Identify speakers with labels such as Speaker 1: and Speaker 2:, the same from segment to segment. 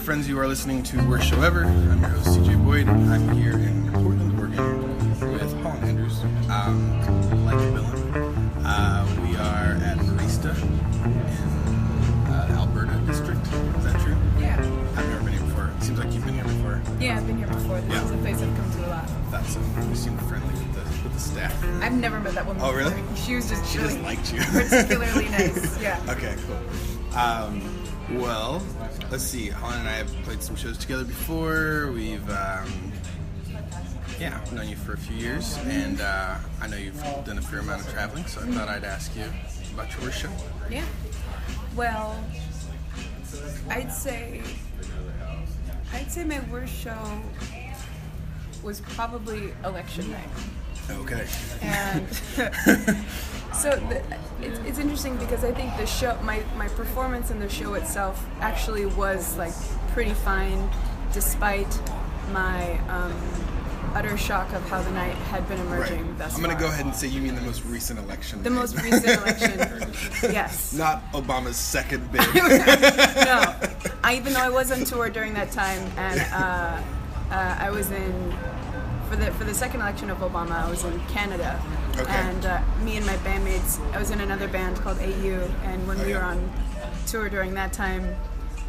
Speaker 1: friends, you are listening to Worst Show Ever. I'm your host, CJ Boyd. I'm here in Portland, Oregon with Holland Andrews, um, like your villain. Uh, we are at Barista in uh, Alberta District. Is that true?
Speaker 2: Yeah.
Speaker 1: I've never been here before. seems like you've been here before.
Speaker 2: Yeah, I've been here before. This
Speaker 1: Yeah.
Speaker 2: is a place I've come to a lot.
Speaker 1: Thought so. um, You seem friendly with the, with the staff.
Speaker 2: I've never met that woman.
Speaker 1: Oh, really?
Speaker 2: before. She was just
Speaker 1: She
Speaker 2: really
Speaker 1: just liked you.
Speaker 2: particularly nice. Yeah.
Speaker 1: Okay, cool. Um, well, let's see. Holland and I have played some shows together before. We've, um, yeah, I've known you for a few years, and uh, I know you've done a fair amount of traveling, so I thought I'd ask you about your show.
Speaker 2: Yeah. Well, I'd say I'd say my worst show was probably election night.
Speaker 1: Okay.
Speaker 2: and so the, it's, it's interesting because I think the show, my, my performance in the show itself actually was like pretty fine, despite my um, utter shock of how the night had been
Speaker 1: Right.
Speaker 2: emerging thus
Speaker 1: I'm going to
Speaker 2: far.
Speaker 1: go ahead and say you mean the most recent election.
Speaker 2: The most recent election, yes.
Speaker 1: Not Obama's second bid.
Speaker 2: no, I, even though I was on tour during that time, and uh, uh, I was in for the for the second election of Obama, I was in Canada,
Speaker 1: Okay.
Speaker 2: and uh, me and my bandmates, I was in another band called AU, and when
Speaker 1: Oh,
Speaker 2: we
Speaker 1: yeah.
Speaker 2: were on tour during that time,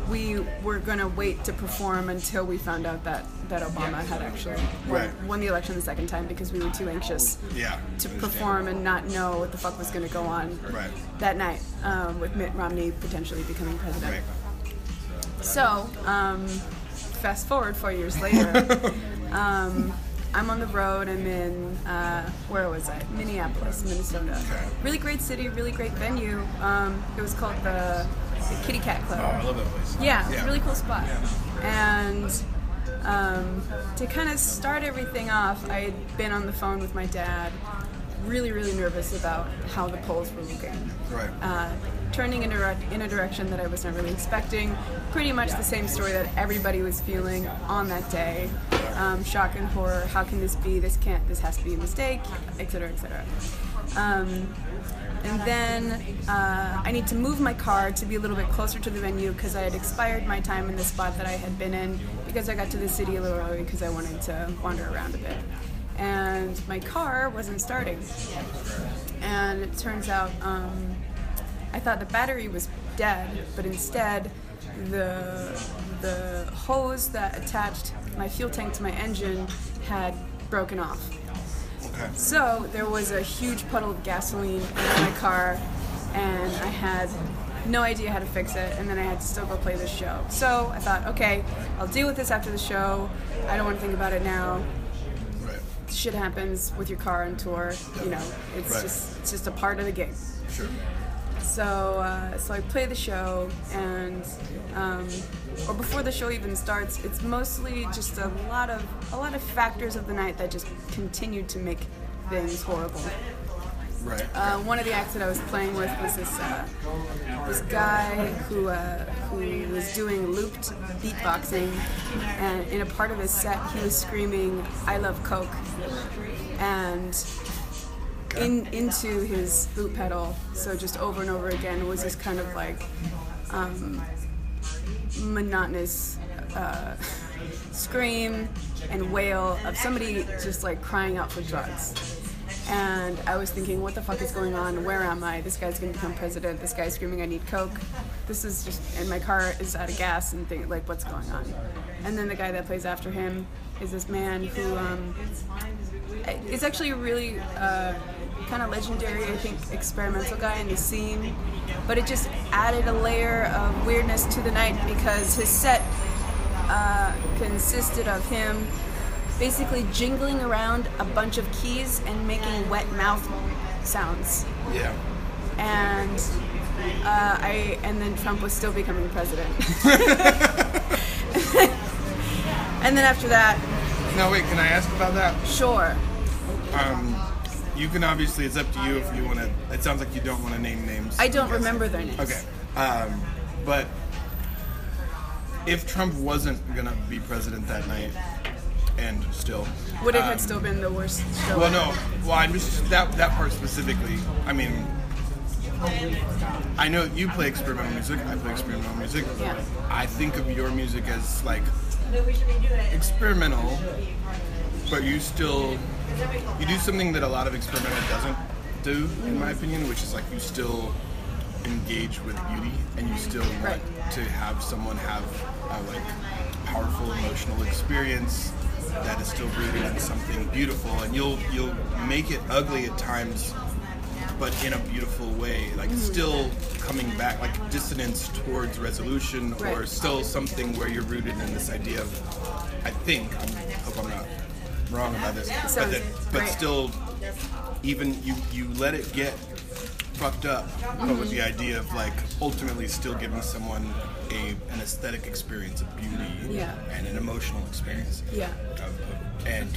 Speaker 2: we were gonna wait to perform until we found out that that Obama had actually won,
Speaker 1: Right.
Speaker 2: won the election the second time because we were too anxious
Speaker 1: yeah.
Speaker 2: to perform and not know what the fuck was going to go on
Speaker 1: Right.
Speaker 2: that night um, with Mitt Romney potentially becoming president.
Speaker 1: Right.
Speaker 2: So, um, fast forward four years later, um, I'm on the road. I'm in, uh, where was I? Minneapolis, Minnesota.
Speaker 1: Okay.
Speaker 2: Really great city, really great venue. Um, it was called the, the Kitty Cat Club.
Speaker 1: Oh, I love that place.
Speaker 2: Yeah, it's a really cool spot. And um, to kind of start everything off, I had been on the phone with my dad, really, really nervous about how the polls were looking.
Speaker 1: Right.
Speaker 2: Uh, turning in, direct, in a direction that I was not really expecting. Pretty much the same story that everybody was feeling on that day. Um, shock and horror. How can this be? This can't. This has to be a mistake, etc., etc. Um, and then uh, I need to move my car to be a little bit closer to the venue because I had expired my time in the spot that I had been in because I got to the city a little early because I wanted to wander around a bit. And my car wasn't starting. And it turns out um, I thought the battery was dead, but instead the, the hose that attached my fuel tank to my engine had broken off.
Speaker 1: okay.
Speaker 2: So there was a huge puddle of gasoline in my car, and I had no idea how to fix it. And then I had to still go play this show. So I thought, okay, I'll deal with this after the show. I don't want to think about it now.
Speaker 1: Right.
Speaker 2: Shit happens with your car on tour. You know, it's
Speaker 1: Right.
Speaker 2: just it's just a part of the gig.
Speaker 1: Sure.
Speaker 2: So, uh, so I play the show, and um, or before the show even starts, it's mostly just a lot of a lot of factors of the night that just continued to make things horrible.
Speaker 1: Right.
Speaker 2: Uh, one of the acts that I was playing with was this uh, this guy who uh, who was doing looped beatboxing, and in a part of his set, he was screaming "I love Coke," and in into his boot pedal. So just over and over again was this kind of like um, monotonous uh, scream and wail of somebody just like crying out for drugs. And I was thinking, what the fuck is going on? Where am I? This guy's gonna become president. This guy's screaming, I need coke. This is just, and my car is out of gas, and think like, what's going on? And then the guy that plays after him is this man who um, it's actually a really uh, kind of legendary, I think, experimental guy in the scene. But it just added a layer of weirdness to the night because his set uh, consisted of him basically jingling around a bunch of keys and making wet mouth sounds
Speaker 1: Yeah.
Speaker 2: and uh, I and then Trump was still becoming president. and then after that,
Speaker 1: Now, wait, can I ask about that?
Speaker 2: sure.
Speaker 1: Um, you can obviously, it's up to you if you want to. It sounds like you don't want to name names.
Speaker 2: I don't remember their names.
Speaker 1: Okay. Um, but if Trump wasn't going to be president that night, and still.
Speaker 2: Would it have
Speaker 1: um,
Speaker 2: still been the worst show?
Speaker 1: Well, no. Well, I'm just. That, that part specifically, I mean, I know you play experimental music. I play experimental music.
Speaker 2: Yeah.
Speaker 1: I think of your music as like experimental, but you still you do something that a lot of experimental doesn't do, in my opinion, which is like you still engage with beauty and you still want
Speaker 2: Right.
Speaker 1: to have someone have a like powerful emotional experience that is still rooted in something beautiful, and you'll you'll make it ugly at times but in a beautiful way, like
Speaker 2: Mm.
Speaker 1: still coming back, like dissonance towards resolution, or
Speaker 2: Right.
Speaker 1: still something where you're rooted in this idea of, I think, I hope I'm not wrong about this, but,
Speaker 2: Sounds
Speaker 1: that, but
Speaker 2: right.
Speaker 1: still, even you you let it get fucked up, but with the
Speaker 2: Mm-hmm.
Speaker 1: idea of like ultimately still giving someone a an aesthetic experience of beauty
Speaker 2: Yeah.
Speaker 1: and an emotional experience
Speaker 2: Yeah.
Speaker 1: of- and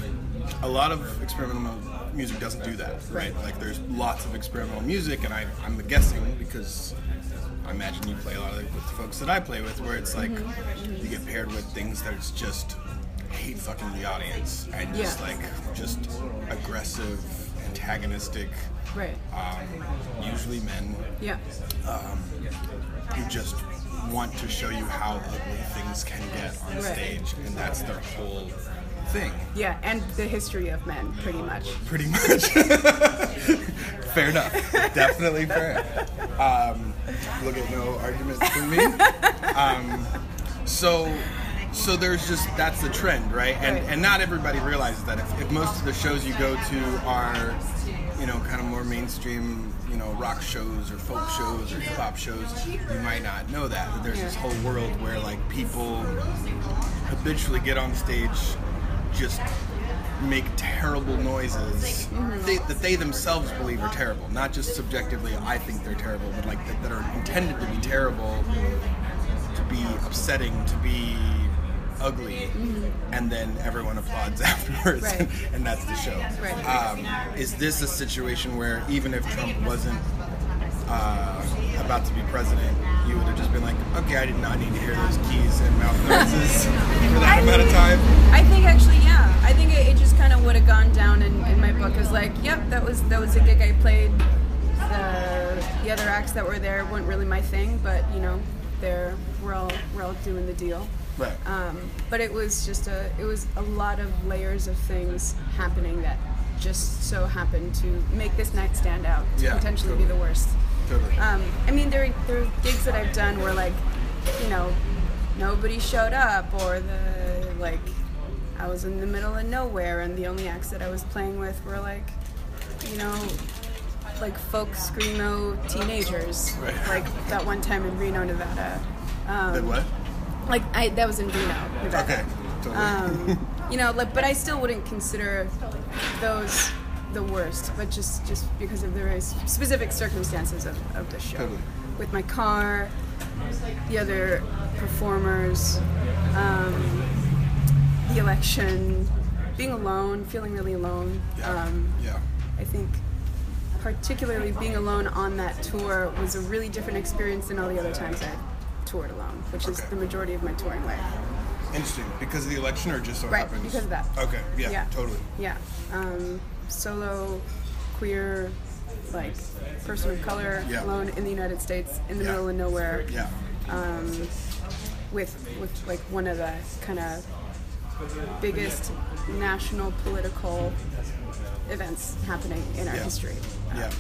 Speaker 1: a lot of experimental music doesn't do that, right? Like there's lots of experimental music, and I, I'm guessing because I imagine you play a lot of it with the folks that I play with, where it's like
Speaker 2: Mm-hmm.
Speaker 1: you get paired with things that it's just hate fucking the audience and just
Speaker 2: Yeah.
Speaker 1: like just aggressive, antagonistic,
Speaker 2: Right.
Speaker 1: um, usually men
Speaker 2: Yeah.
Speaker 1: who just want to show you how ugly things can get on
Speaker 2: Right.
Speaker 1: stage, and that's their whole thing.
Speaker 2: Yeah, and the history of men, pretty much.
Speaker 1: pretty much. fair enough. Definitely fair. Um, look at no arguments from me. Um, so, so there's just that's the trend, right? And
Speaker 2: Right.
Speaker 1: and not everybody realizes that. If, if most of the shows you go to are, you know, kind of more mainstream, you know, rock shows or folk shows or hip hop shows, you might not know that. That there's this
Speaker 2: Yeah.
Speaker 1: whole world where like people habitually get on stage just make terrible noises
Speaker 2: Mm-hmm.
Speaker 1: they, that they themselves believe are terrible not just subjectively i think they're terrible but like that, that are intended to be terrible to be upsetting to be ugly and then everyone applauds afterwards
Speaker 2: Mm-hmm. Right.
Speaker 1: and that's the show
Speaker 2: Right.
Speaker 1: um, is this a situation where even if trump wasn't uh, about to be president you would have just been like okay i did not need to hear those keys and mouth noises for that
Speaker 2: I
Speaker 1: amount of
Speaker 2: mean,
Speaker 1: time
Speaker 2: I think actually, yeah. I think it, it just kind of would have gone down in, in my book as like, yep, that was that was a gig I played. The, the other acts that were there weren't really my thing, but you know, they're we're all we're all doing the deal.
Speaker 1: right
Speaker 2: Um, but it was just a it was a lot of layers of things happening that just so happened to make this night stand out to
Speaker 1: Yeah,
Speaker 2: potentially be
Speaker 1: totally.
Speaker 2: the worst.
Speaker 1: totally
Speaker 2: Um, I mean, there, there are gigs that I've done where, like, you know, nobody showed up, or the, like, I was in the middle of nowhere, and the only acts that I was playing with were, like, you know, like folk screamo teenagers.
Speaker 1: Right.
Speaker 2: Like that one time in Reno, Nevada. Um,
Speaker 1: Then what
Speaker 2: Like, I, that was in Reno, Nevada.
Speaker 1: okay totally
Speaker 2: Um, you know, like, but I still wouldn't consider those the worst, but just just because of the very s- specific circumstances of, of the show,
Speaker 1: Totally.
Speaker 2: with my car, the other performers, um, the election, being alone, feeling really alone.
Speaker 1: yeah
Speaker 2: Um,
Speaker 1: yeah
Speaker 2: I think particularly being alone on that tour was a really different experience than all the other times I toured alone, which is
Speaker 1: Okay.
Speaker 2: the majority of my touring life.
Speaker 1: Interesting. Because of the election, or just so
Speaker 2: Right,
Speaker 1: happens?
Speaker 2: because of that.
Speaker 1: Okay. Yeah. Totally.
Speaker 2: Yeah. Um, solo, queer, like person of color,
Speaker 1: Yeah.
Speaker 2: alone in the United States, in the
Speaker 1: Yeah.
Speaker 2: middle of nowhere,
Speaker 1: Yeah.
Speaker 2: um, with with like one of the kind of biggest national political events happening in our
Speaker 1: Yeah.
Speaker 2: history.
Speaker 1: Yeah.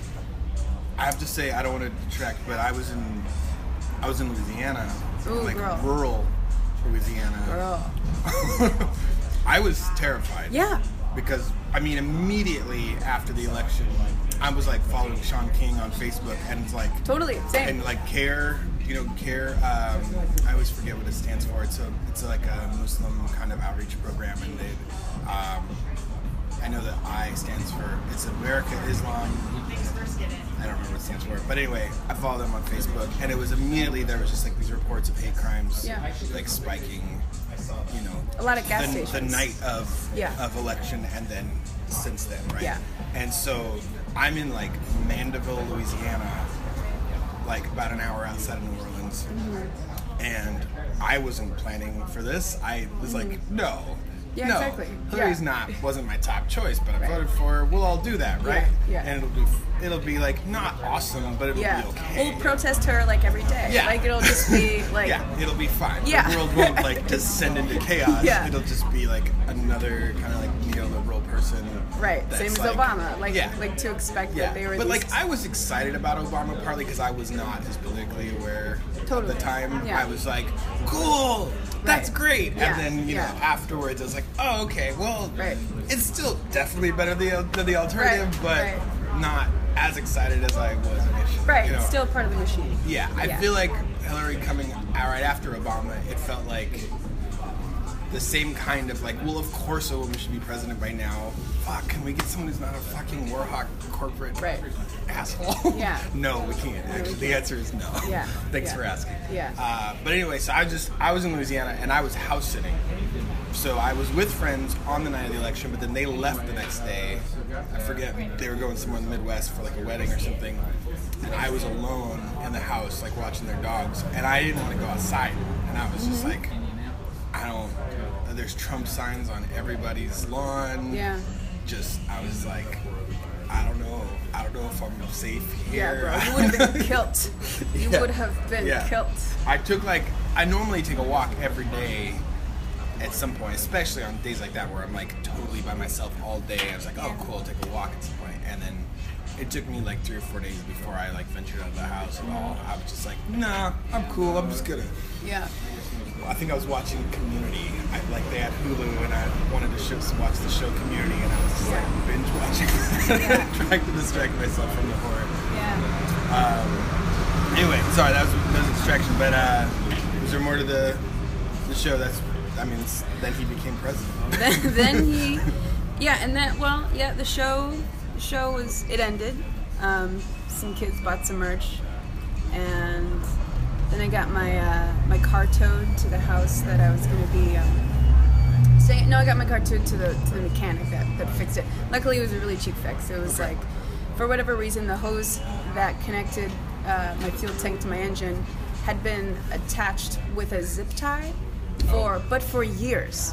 Speaker 1: I have to say, I don't want to detract, but I was in, I was in Louisiana,
Speaker 2: Ooh,
Speaker 1: like
Speaker 2: girl.
Speaker 1: rural Louisiana.
Speaker 2: Girl.
Speaker 1: I was terrified.
Speaker 2: Yeah.
Speaker 1: Because I mean, immediately after the election, like, I was like following Sean King on Facebook, and it's like
Speaker 2: Totally. Same.
Speaker 1: and like care you know care um, i always forget what it stands for it's a it's like a muslim kind of outreach program and they um, i know that i stands for it's america islam i don't remember what it stands for but anyway i follow them on facebook and it was immediately there was just like these reports of hate crimes
Speaker 2: Yeah.
Speaker 1: like spiking you know
Speaker 2: A lot of gas
Speaker 1: the, the
Speaker 2: stations.
Speaker 1: night of
Speaker 2: Yeah.
Speaker 1: of election and then since then right
Speaker 2: Yeah.
Speaker 1: and so i'm in like mandeville louisiana like about an hour outside of New Orleans, and I wasn't planning for this. I was like, no,
Speaker 2: Mm-hmm. Yeah,
Speaker 1: no,
Speaker 2: exactly.
Speaker 1: Hillary's
Speaker 2: Yeah.
Speaker 1: not wasn't my top choice, but I
Speaker 2: Right.
Speaker 1: voted for her. We'll all do that, right?
Speaker 2: Yeah, yeah.
Speaker 1: And it'll be it'll be like not awesome, but it'll
Speaker 2: Yeah.
Speaker 1: be okay.
Speaker 2: We'll protest her like every day.
Speaker 1: Yeah.
Speaker 2: Like it'll just be like
Speaker 1: yeah, it'll be fine.
Speaker 2: Yeah.
Speaker 1: The world won't like descend into chaos.
Speaker 2: Yeah.
Speaker 1: It'll just be like another kind of like neoliberal person.
Speaker 2: right,
Speaker 1: that's,
Speaker 2: same as
Speaker 1: like-
Speaker 2: Obama. Like
Speaker 1: yeah.
Speaker 2: like to expect
Speaker 1: yeah.
Speaker 2: that they were
Speaker 1: but
Speaker 2: these
Speaker 1: like I was excited about Obama partly because I was not as politically aware
Speaker 2: Totally.
Speaker 1: at the time.
Speaker 2: Yeah.
Speaker 1: I was like, cool, that's
Speaker 2: Right.
Speaker 1: great.
Speaker 2: Yeah,
Speaker 1: And then you
Speaker 2: yeah.
Speaker 1: know afterwards I was like, oh okay, well
Speaker 2: Right.
Speaker 1: it's still definitely better than the, than the alternative,
Speaker 2: Right,
Speaker 1: but
Speaker 2: right.
Speaker 1: not as excited as I was initially.
Speaker 2: Right,
Speaker 1: you know?
Speaker 2: it's still part of the machine.
Speaker 1: Yeah, I
Speaker 2: Yeah.
Speaker 1: feel like Hillary coming out right after Obama, it felt like the same kind of like, well, of course a woman should be president by now. Fuck, can we get someone who's not a fucking war hawk corporate
Speaker 2: Right.
Speaker 1: asshole?
Speaker 2: Yeah.
Speaker 1: no, we can't. Actually, the answer is no.
Speaker 2: Yeah,
Speaker 1: Thanks
Speaker 2: yeah.
Speaker 1: for asking.
Speaker 2: Yeah.
Speaker 1: Uh, but anyway, so I just I was in Louisiana and I was house sitting. So I was with friends on the night of the election, but then they left the next day. I forget they were going somewhere in the Midwest for like a wedding or something. And I was alone in the house, like watching their dogs, and I didn't want to go outside. And I was just like, I don't. There's Trump signs on everybody's lawn.
Speaker 2: Yeah.
Speaker 1: Just I was like, I don't know. I don't know if I'm safe
Speaker 2: Yeah,
Speaker 1: here.
Speaker 2: bro. You would have been kilt. You
Speaker 1: Yeah.
Speaker 2: would have been
Speaker 1: Yeah.
Speaker 2: kilt.
Speaker 1: I took like I normally take a walk every day at some point, especially on days like that where I'm like totally by myself all day. I was like, oh cool, I'll take a walk at some point, and then it took me like three or four days before I like ventured out of the house at all. I was just like, nah, I'm cool. I'm just gonna.
Speaker 2: Yeah.
Speaker 1: I think I was watching Community. I, like they had Hulu, and I wanted to show, watch the show Community, and I was just like binge watching, trying to distract myself from the horror.
Speaker 2: Yeah.
Speaker 1: Anyway, sorry, that was, that was a distraction. But uh, was there more to the the show? That's, I mean, it's, then he became president.
Speaker 2: then, then he, yeah, and then well, yeah, the show, the show was it ended. Um, some kids bought some merch, and then I got my uh, my car towed to the house that I was going to be. Um, staying. No, I got my car towed to the to the mechanic that that fixed it. Luckily, it was a really cheap fix. It was like, for whatever reason, the hose that connected uh, my fuel tank to my engine had been attached with a zip tie.
Speaker 1: Oh.
Speaker 2: For, but for years,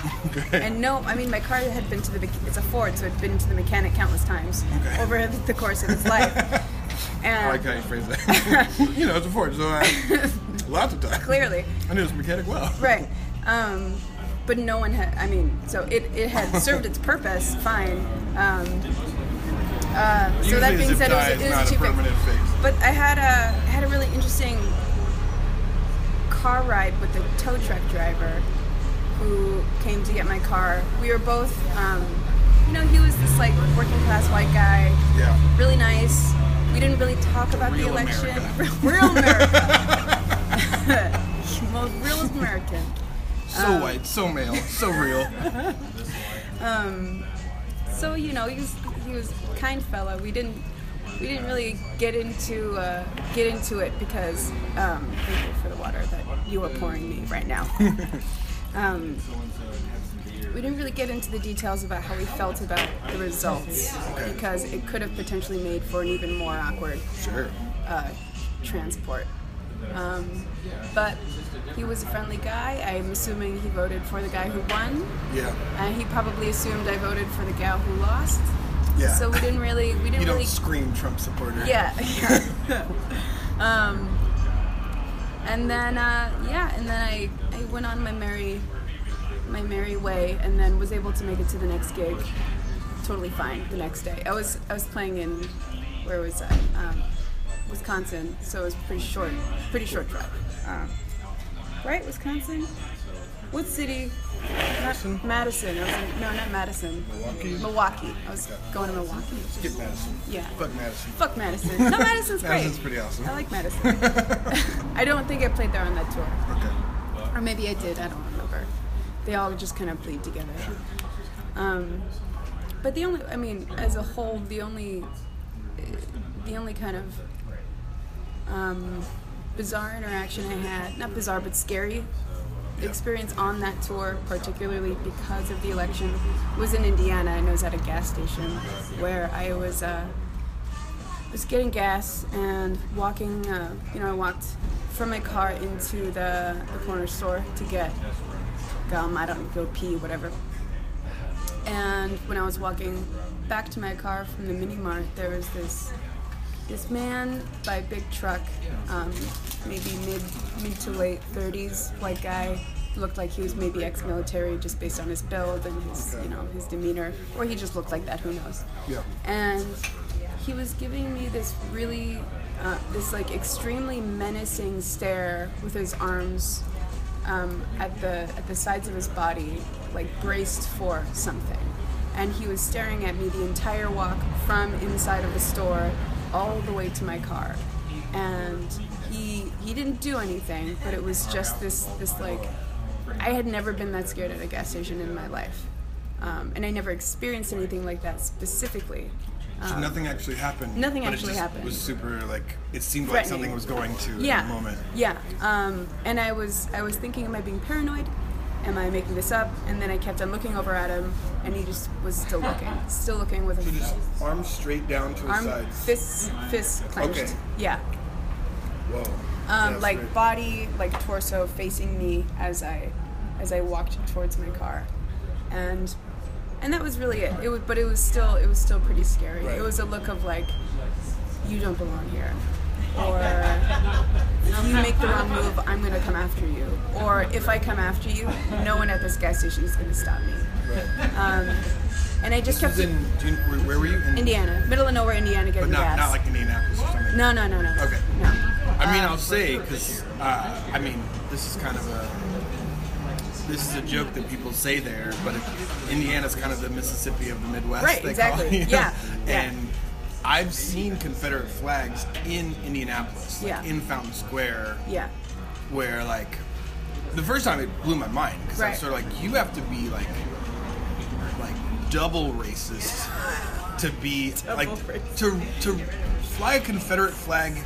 Speaker 2: and no, I mean my car had been to the mech- it's a Ford, so it'd been to the mechanic countless times
Speaker 1: Okay.
Speaker 2: over the course of its life.
Speaker 1: I like
Speaker 2: And
Speaker 1: how you phrase that. you know, it's a Ford, so I, lots of times.
Speaker 2: clearly,
Speaker 1: I knew this mechanic well.
Speaker 2: right? Um, but no one had. I mean, so it, it had served its purpose fine. Um, uh, so that
Speaker 1: Usually
Speaker 2: being
Speaker 1: zip
Speaker 2: said, it was,
Speaker 1: tie
Speaker 2: a-
Speaker 1: is
Speaker 2: it
Speaker 1: not
Speaker 2: was
Speaker 1: a
Speaker 2: a cheap
Speaker 1: permanent fix.
Speaker 2: But I had a I had a really interesting car ride with the tow truck driver who came to get my car. We were both, um, you know, he was this like working class white guy
Speaker 1: Yeah.
Speaker 2: really nice. We didn't really talk about
Speaker 1: Real
Speaker 2: the election.
Speaker 1: America.
Speaker 2: Real America. Most realest American.
Speaker 1: So
Speaker 2: Um,
Speaker 1: white, so male, so real.
Speaker 2: So you know, he was he was a kind fella. We didn't we didn't really get into uh, get into it because um, thank you for the water that you are pouring me right now. um, we didn't really get into the details about how we felt about the results because it could have potentially made for an even more awkward
Speaker 1: sure.
Speaker 2: uh, transport. Um, but he was a friendly guy. I'm assuming he voted for the guy who won,
Speaker 1: Yeah.
Speaker 2: and he probably assumed I voted for the gal who lost.
Speaker 1: Yeah.
Speaker 2: So we didn't really, we didn't
Speaker 1: You
Speaker 2: really,
Speaker 1: don't scream Trump supporter.
Speaker 2: yeah. yeah. um, and then uh, yeah, and then I, I went on my merry my merry way, and then was able to make it to the next gig totally fine the next day. I was I was playing in where was I? Um, Wisconsin, so it was pretty short, pretty short drive. Um, right, Wisconsin. What city? Madison. Madison. I was in, no, not Madison.
Speaker 1: Milwaukee?
Speaker 2: Milwaukee. I was going to Milwaukee.
Speaker 1: Get Madison.
Speaker 2: Yeah.
Speaker 1: Fuck Madison.
Speaker 2: Fuck Madison. No, Madison's great.
Speaker 1: Madison's pretty awesome.
Speaker 2: I like Madison. I don't think I played there on that tour.
Speaker 1: Okay.
Speaker 2: Or maybe I did, I don't remember. They all just kind of bleed together. Um, but the only, I mean, as a whole, the only, the only kind of um, bizarre interaction I had, not bizarre, but scary experience on that tour, particularly because of the election, was in Indiana and I was at a gas station where I was. Uh, was getting gas and walking. Uh, you know, I walked from my car into the, the corner store to get gum. I don't know, go pee, whatever. And when I was walking back to my car from the mini mart, there was this this man by big truck, um, maybe mid mid to late 30s, white guy, looked like he was maybe ex-military just based on his build and his you know his demeanor, or he just looked like that. Who knows?
Speaker 1: Yeah.
Speaker 2: And he was giving me this really uh, this like extremely menacing stare with his arms um, at the at the sides of his body, like braced for something. And he was staring at me the entire walk from inside of the store all the way to my car. And he he didn't do anything, but it was just this this like I had never been that scared at a gas station in my life, um, and I never experienced anything like that specifically.
Speaker 1: So nothing actually happened.
Speaker 2: Um, nothing
Speaker 1: but
Speaker 2: actually
Speaker 1: it just
Speaker 2: happened.
Speaker 1: Was super like it seemed like something
Speaker 2: Threatening.
Speaker 1: was going to
Speaker 2: yeah.
Speaker 1: in the moment.
Speaker 2: Yeah. Um, and I was I was thinking, am I being paranoid? Am I making this up? And then I kept on looking over at him, and he just was still looking, still looking with him.
Speaker 1: Just arms straight down to his
Speaker 2: Arm,
Speaker 1: sides.
Speaker 2: fists, fists clenched.
Speaker 1: Okay.
Speaker 2: Yeah.
Speaker 1: Whoa.
Speaker 2: Um,
Speaker 1: That's
Speaker 2: like
Speaker 1: right.
Speaker 2: body, like torso facing me as I as I walked towards my car, and and that was really it. It was, but it was still it was still pretty scary.
Speaker 1: Right.
Speaker 2: It was a look of like, you don't belong here, or if you make the wrong move, I'm gonna come after you, or if I come after you, no one at this gas station is gonna stop me. Um, and I just
Speaker 1: This
Speaker 2: kept
Speaker 1: was in. Do you, where, where were you? In,
Speaker 2: Indiana, middle of nowhere, Indiana,
Speaker 1: But
Speaker 2: getting
Speaker 1: not
Speaker 2: gas.
Speaker 1: not like Indianapolis or something.
Speaker 2: no, no, no, no.
Speaker 1: Okay.
Speaker 2: No.
Speaker 1: I mean, I'll say because uh, I mean this is kind of a this is a joke that people say there, but it, Indiana's kind of the Mississippi of the Midwest.
Speaker 2: Right,
Speaker 1: they
Speaker 2: exactly.
Speaker 1: Call it,
Speaker 2: Yeah, yeah.
Speaker 1: and I've seen Confederate flags in Indianapolis, like
Speaker 2: Yeah.
Speaker 1: in Fountain Square,
Speaker 2: Yeah.
Speaker 1: where like the first time it blew my mind because I was
Speaker 2: Right.
Speaker 1: sort of like, you have to be like like double racist to be like
Speaker 2: racist.
Speaker 1: to to fly a Confederate flag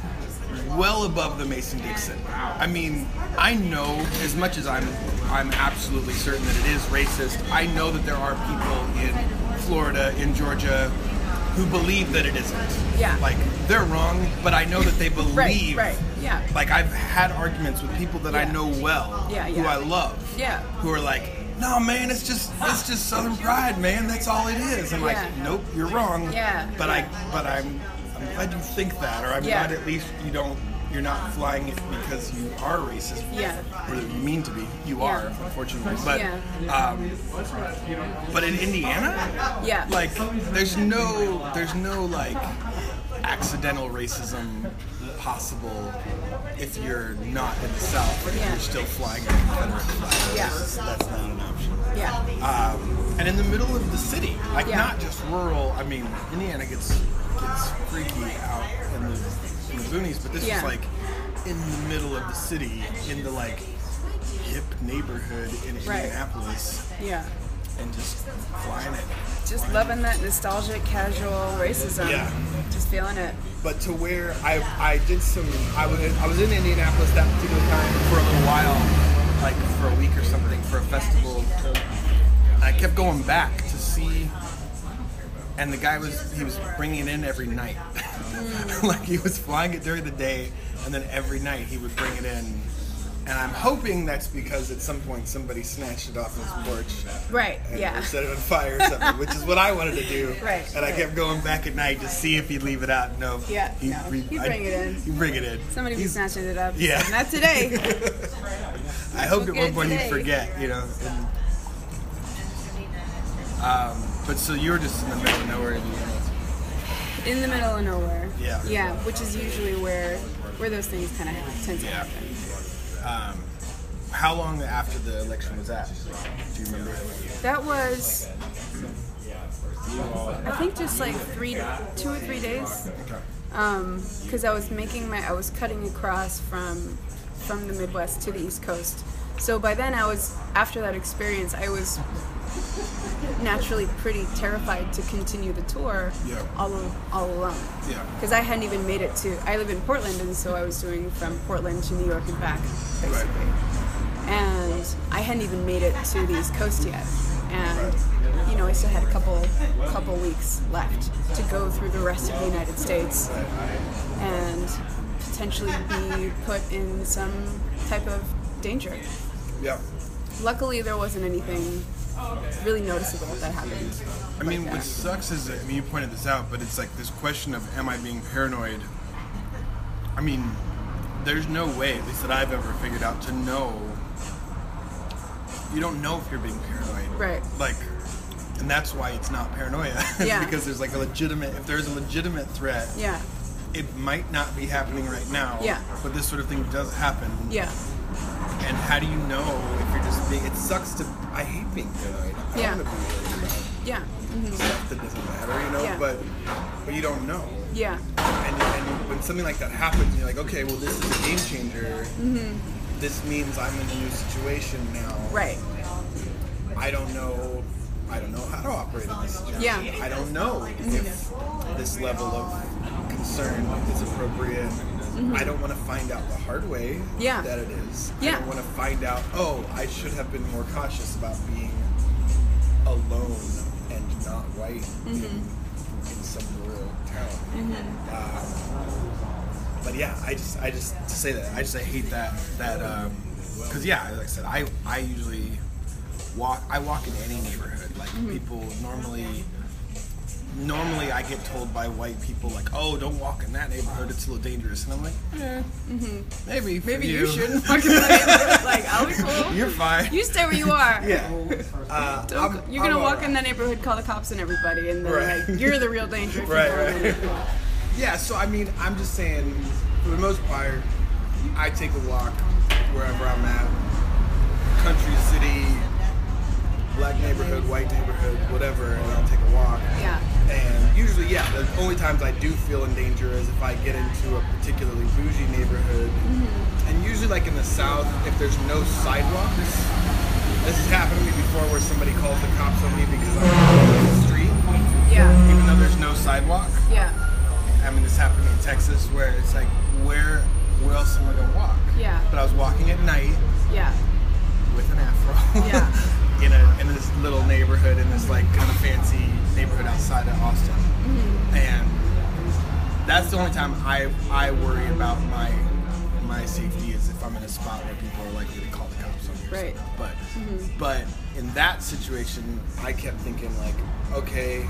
Speaker 1: well above the Mason Dixon. I mean, I know as much as I'm I'm absolutely certain that it is racist. I know that there are people in Florida, in Georgia, who believe that it isn't.
Speaker 2: Yeah.
Speaker 1: Like they're wrong, but I know that they believe
Speaker 2: Right, right, yeah.
Speaker 1: like I've had arguments with people that I
Speaker 2: Yeah.
Speaker 1: know well,
Speaker 2: Yeah,
Speaker 1: who
Speaker 2: yeah.
Speaker 1: I love,
Speaker 2: Yeah.
Speaker 1: who are like, "No, man, it's just it's just Southern pride, man. That's all it is." I'm like,
Speaker 2: Yeah.
Speaker 1: "Nope, you're wrong."
Speaker 2: Yeah.
Speaker 1: But I, but I'm, I'm glad you think that, or I'm
Speaker 2: Yeah.
Speaker 1: glad at least you don't. You're not flying it because you are racist,
Speaker 2: Yeah.
Speaker 1: or that you mean to be. You
Speaker 2: Yeah.
Speaker 1: are, unfortunately. But,
Speaker 2: Yeah.
Speaker 1: um, but in Indiana,
Speaker 2: Yeah.
Speaker 1: like there's no there's no like accidental racism possible if you're not in the south if
Speaker 2: Yeah.
Speaker 1: you're still flying a confederate flag
Speaker 2: Yeah.
Speaker 1: That's- that's not an option
Speaker 2: Yeah.
Speaker 1: um, and in the middle of the city like
Speaker 2: Yeah.
Speaker 1: not just rural i mean indiana gets gets freaky out in the, in the boonies but this
Speaker 2: Yeah.
Speaker 1: was like in the middle of the city in the like hip neighborhood in
Speaker 2: Right.
Speaker 1: indianapolis
Speaker 2: Yeah.
Speaker 1: and just flying it
Speaker 2: Just loving that nostalgic, casual racism.
Speaker 1: Yeah.
Speaker 2: Just feeling it.
Speaker 1: but to where I, I did some I was I was in Indianapolis that particular time for a little while, like for a week or something for a festival. And I kept going back to see, and the guy was he was bringing it in every night, like he was flying it during the day, and then every night he would bring it in. And I'm hoping that's because at some point somebody snatched it off his porch
Speaker 2: Right.
Speaker 1: and
Speaker 2: yeah.
Speaker 1: set it on fire or something, which is what I wanted to do.
Speaker 2: Right,
Speaker 1: And I
Speaker 2: right.
Speaker 1: kept going back at night to see if he'd leave it out. No.
Speaker 2: Yeah,
Speaker 1: He'd,
Speaker 2: no. He'd bring it in.
Speaker 1: He'd bring it in.
Speaker 2: Somebody was
Speaker 1: He's-
Speaker 2: snatching it up.
Speaker 1: Yeah.
Speaker 2: Not today.
Speaker 1: I hoped at one
Speaker 2: We'll get
Speaker 1: point
Speaker 2: it
Speaker 1: he'd
Speaker 2: today.
Speaker 1: forget, you know. And, um, but so you were just in the middle of nowhere. and you-
Speaker 2: In the middle of nowhere.
Speaker 1: Yeah.
Speaker 2: Yeah, which is usually where where those things kind of tend to
Speaker 1: Yeah.
Speaker 2: happen.
Speaker 1: Um, how long after the election was that? Do you remember?
Speaker 2: That was. I think just like three, two or three days.
Speaker 1: Okay.
Speaker 2: because I was making my I was cutting across from from the Midwest to the East Coast. So by then I was after that experience I was naturally pretty terrified to continue the tour
Speaker 1: Yeah.
Speaker 2: all al- all alone.
Speaker 1: Yeah.
Speaker 2: Because I hadn't even made it to I live in Portland and so I was doing from Portland to New York and back basically. And I hadn't even made it to the East Coast yet. And you know, I still had a couple couple weeks left to go through the rest of the United States and potentially be put in some type of danger.
Speaker 1: Yeah.
Speaker 2: Luckily, there wasn't anything really noticeable that happened.
Speaker 1: I mean,
Speaker 2: like
Speaker 1: what
Speaker 2: that.
Speaker 1: sucks is, that- I mean, you pointed this out, but it's like this question of am I being paranoid? I mean, there's no way, at least that I've ever figured out, to know. You don't know if you're being paranoid.
Speaker 2: Right.
Speaker 1: Like, and that's why it's not paranoia. It's
Speaker 2: Yeah.
Speaker 1: because there's like a legitimate, if there's a legitimate threat,
Speaker 2: yeah,
Speaker 1: it might not be happening right now.
Speaker 2: Yeah.
Speaker 1: But this sort of thing does happen.
Speaker 2: yeah,
Speaker 1: And how do you know if you're just being, it sucks to, I hate being paranoid. I
Speaker 2: Yeah.
Speaker 1: don't want to be paranoid
Speaker 2: yeah,
Speaker 1: stuff that doesn't matter, you know.
Speaker 2: Yeah.
Speaker 1: But but you don't know,
Speaker 2: yeah,
Speaker 1: and, and when something like that happens, you're like, okay, well, this is a game changer. This means I'm in a new situation now.
Speaker 2: Mm-hmm. right,
Speaker 1: I don't know. I don't know how to operate in this situation.
Speaker 2: Yeah. Mm-hmm.
Speaker 1: I don't know if this level of concern is appropriate. I don't want to find out the hard way
Speaker 2: Mm-hmm. Yeah.
Speaker 1: that it is. I
Speaker 2: Yeah.
Speaker 1: don't want to find out, oh, I should have been more cautious about being alone and not white
Speaker 2: Mm-hmm.
Speaker 1: in, in some rural town. Um, but yeah, I just, I just, to say that, I just, I hate that, that, um 'cause cause yeah, like I said, I, I usually, walk I walk in any neighborhood. Like
Speaker 2: Mm-hmm.
Speaker 1: people normally normally I get told by white people like, "Oh, don't walk in that neighborhood. It's a little dangerous." And I'm like, "Yeah. Maybe for
Speaker 2: Mm-hmm. Maybe
Speaker 1: you,
Speaker 2: you, shouldn't fucking like, like I'll be cool.
Speaker 1: You're fine."
Speaker 2: You stay where you are.
Speaker 1: yeah. Uh,
Speaker 2: Don't,
Speaker 1: I'm-
Speaker 2: you're
Speaker 1: I'm
Speaker 2: gonna
Speaker 1: all
Speaker 2: walk
Speaker 1: right.
Speaker 2: in that neighborhood, call the cops and everybody, and they're
Speaker 1: Right.
Speaker 2: like, "You're the real danger." if you
Speaker 1: Right,
Speaker 2: go in
Speaker 1: right.
Speaker 2: there."
Speaker 1: Yeah, so I mean, I'm just saying, for the most part, I take a walk wherever I'm at country, city, black neighborhood, white neighborhood, whatever, and I'll take a walk.
Speaker 2: Yeah.
Speaker 1: And usually, yeah, the only times I do feel in danger is if I get into a particularly bougie neighborhood. And usually, like in the South, if there's no sidewalks, this has happened to me before where somebody calls the cops on me because I'm on the street,
Speaker 2: Yeah,
Speaker 1: even though there's no sidewalk.
Speaker 2: yeah,
Speaker 1: I mean, this happened in Texas where it's like, where, where else am I gonna walk?
Speaker 2: Yeah.
Speaker 1: But I was walking at night
Speaker 2: yeah,
Speaker 1: with an afro.
Speaker 2: Yeah.
Speaker 1: in a in this little neighborhood in this like kind of fancy neighborhood outside of Austin,
Speaker 2: Mm-hmm.
Speaker 1: and that's the only time I I worry about my my safety is if I'm in a spot where people are likely to call the cops on me. or
Speaker 2: Right. Mm-hmm.
Speaker 1: something. But but in that situation, I kept thinking like, okay.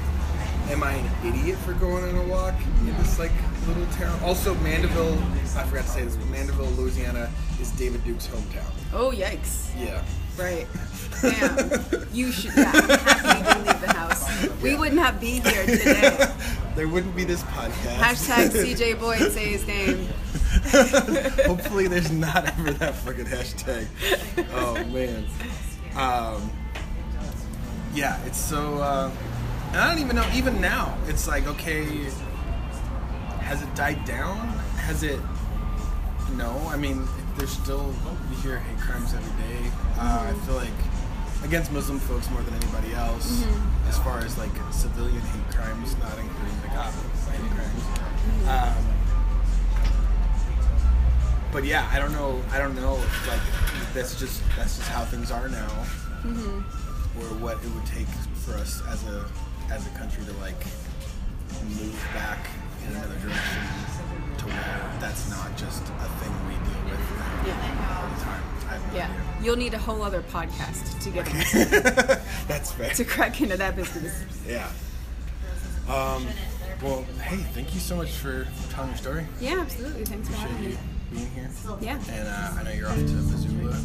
Speaker 1: Am I an idiot for going on a walk in this like little town? Also, Mandeville, I forgot to say this, but Mandeville, Louisiana, is David Duke's hometown.
Speaker 2: Oh yikes!
Speaker 1: Yeah.
Speaker 2: Right. Damn. You should. Yeah, I'm happy you didn't leave the house. We wouldn't have been here today.
Speaker 1: there wouldn't be this podcast.
Speaker 2: Hashtag CJ Boyd say his name.
Speaker 1: Hopefully, there's not ever that fucking hashtag. Oh man. Um, yeah, it's so. Uh, and I don't even know. Even now, it's like okay. Has it died down? Has it? No. I mean, there's still you hear hate crimes every day. Uh, I feel like against Muslim folks more than anybody else, as far as like civilian hate crimes, not including the cop hate crimes. Um, but yeah, I don't know. I don't know. if, Like that's just that's just how things are now,
Speaker 2: Mm-hmm.
Speaker 1: or what it would take for us as a as a country to like move back in another direction to where that's not just a thing we deal with
Speaker 2: Yeah.
Speaker 1: all the time. I have no
Speaker 2: Yeah. You'll need a whole other podcast to get
Speaker 1: idea. that's fair.
Speaker 2: to crack into that business.
Speaker 1: Yeah. Um, well, hey, thank you so much for telling your story.
Speaker 2: Yeah, absolutely. Thanks for having
Speaker 1: Appreciate
Speaker 2: me.
Speaker 1: you being here.
Speaker 2: Yeah. Mm-hmm.
Speaker 1: And uh, I know you're off to Missoula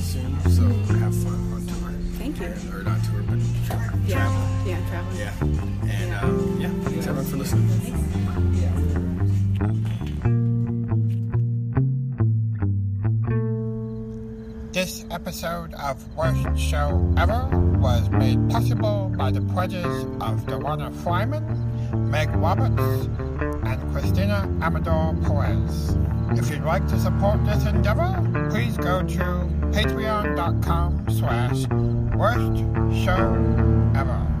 Speaker 1: soon, so have fun on tour.
Speaker 2: Thank you.
Speaker 1: And, or not tour, but tra- travel.
Speaker 2: Yeah. Yeah. Travel.
Speaker 1: Yeah. And um, yeah, thanks everyone for listening.
Speaker 3: This episode of Worst Show Ever was made possible by the pledges of Dewana Fryman, Meg Roberts, and Christina Amador Perez. If you'd like to support this endeavor, please go to patreon.com slash worst show ever.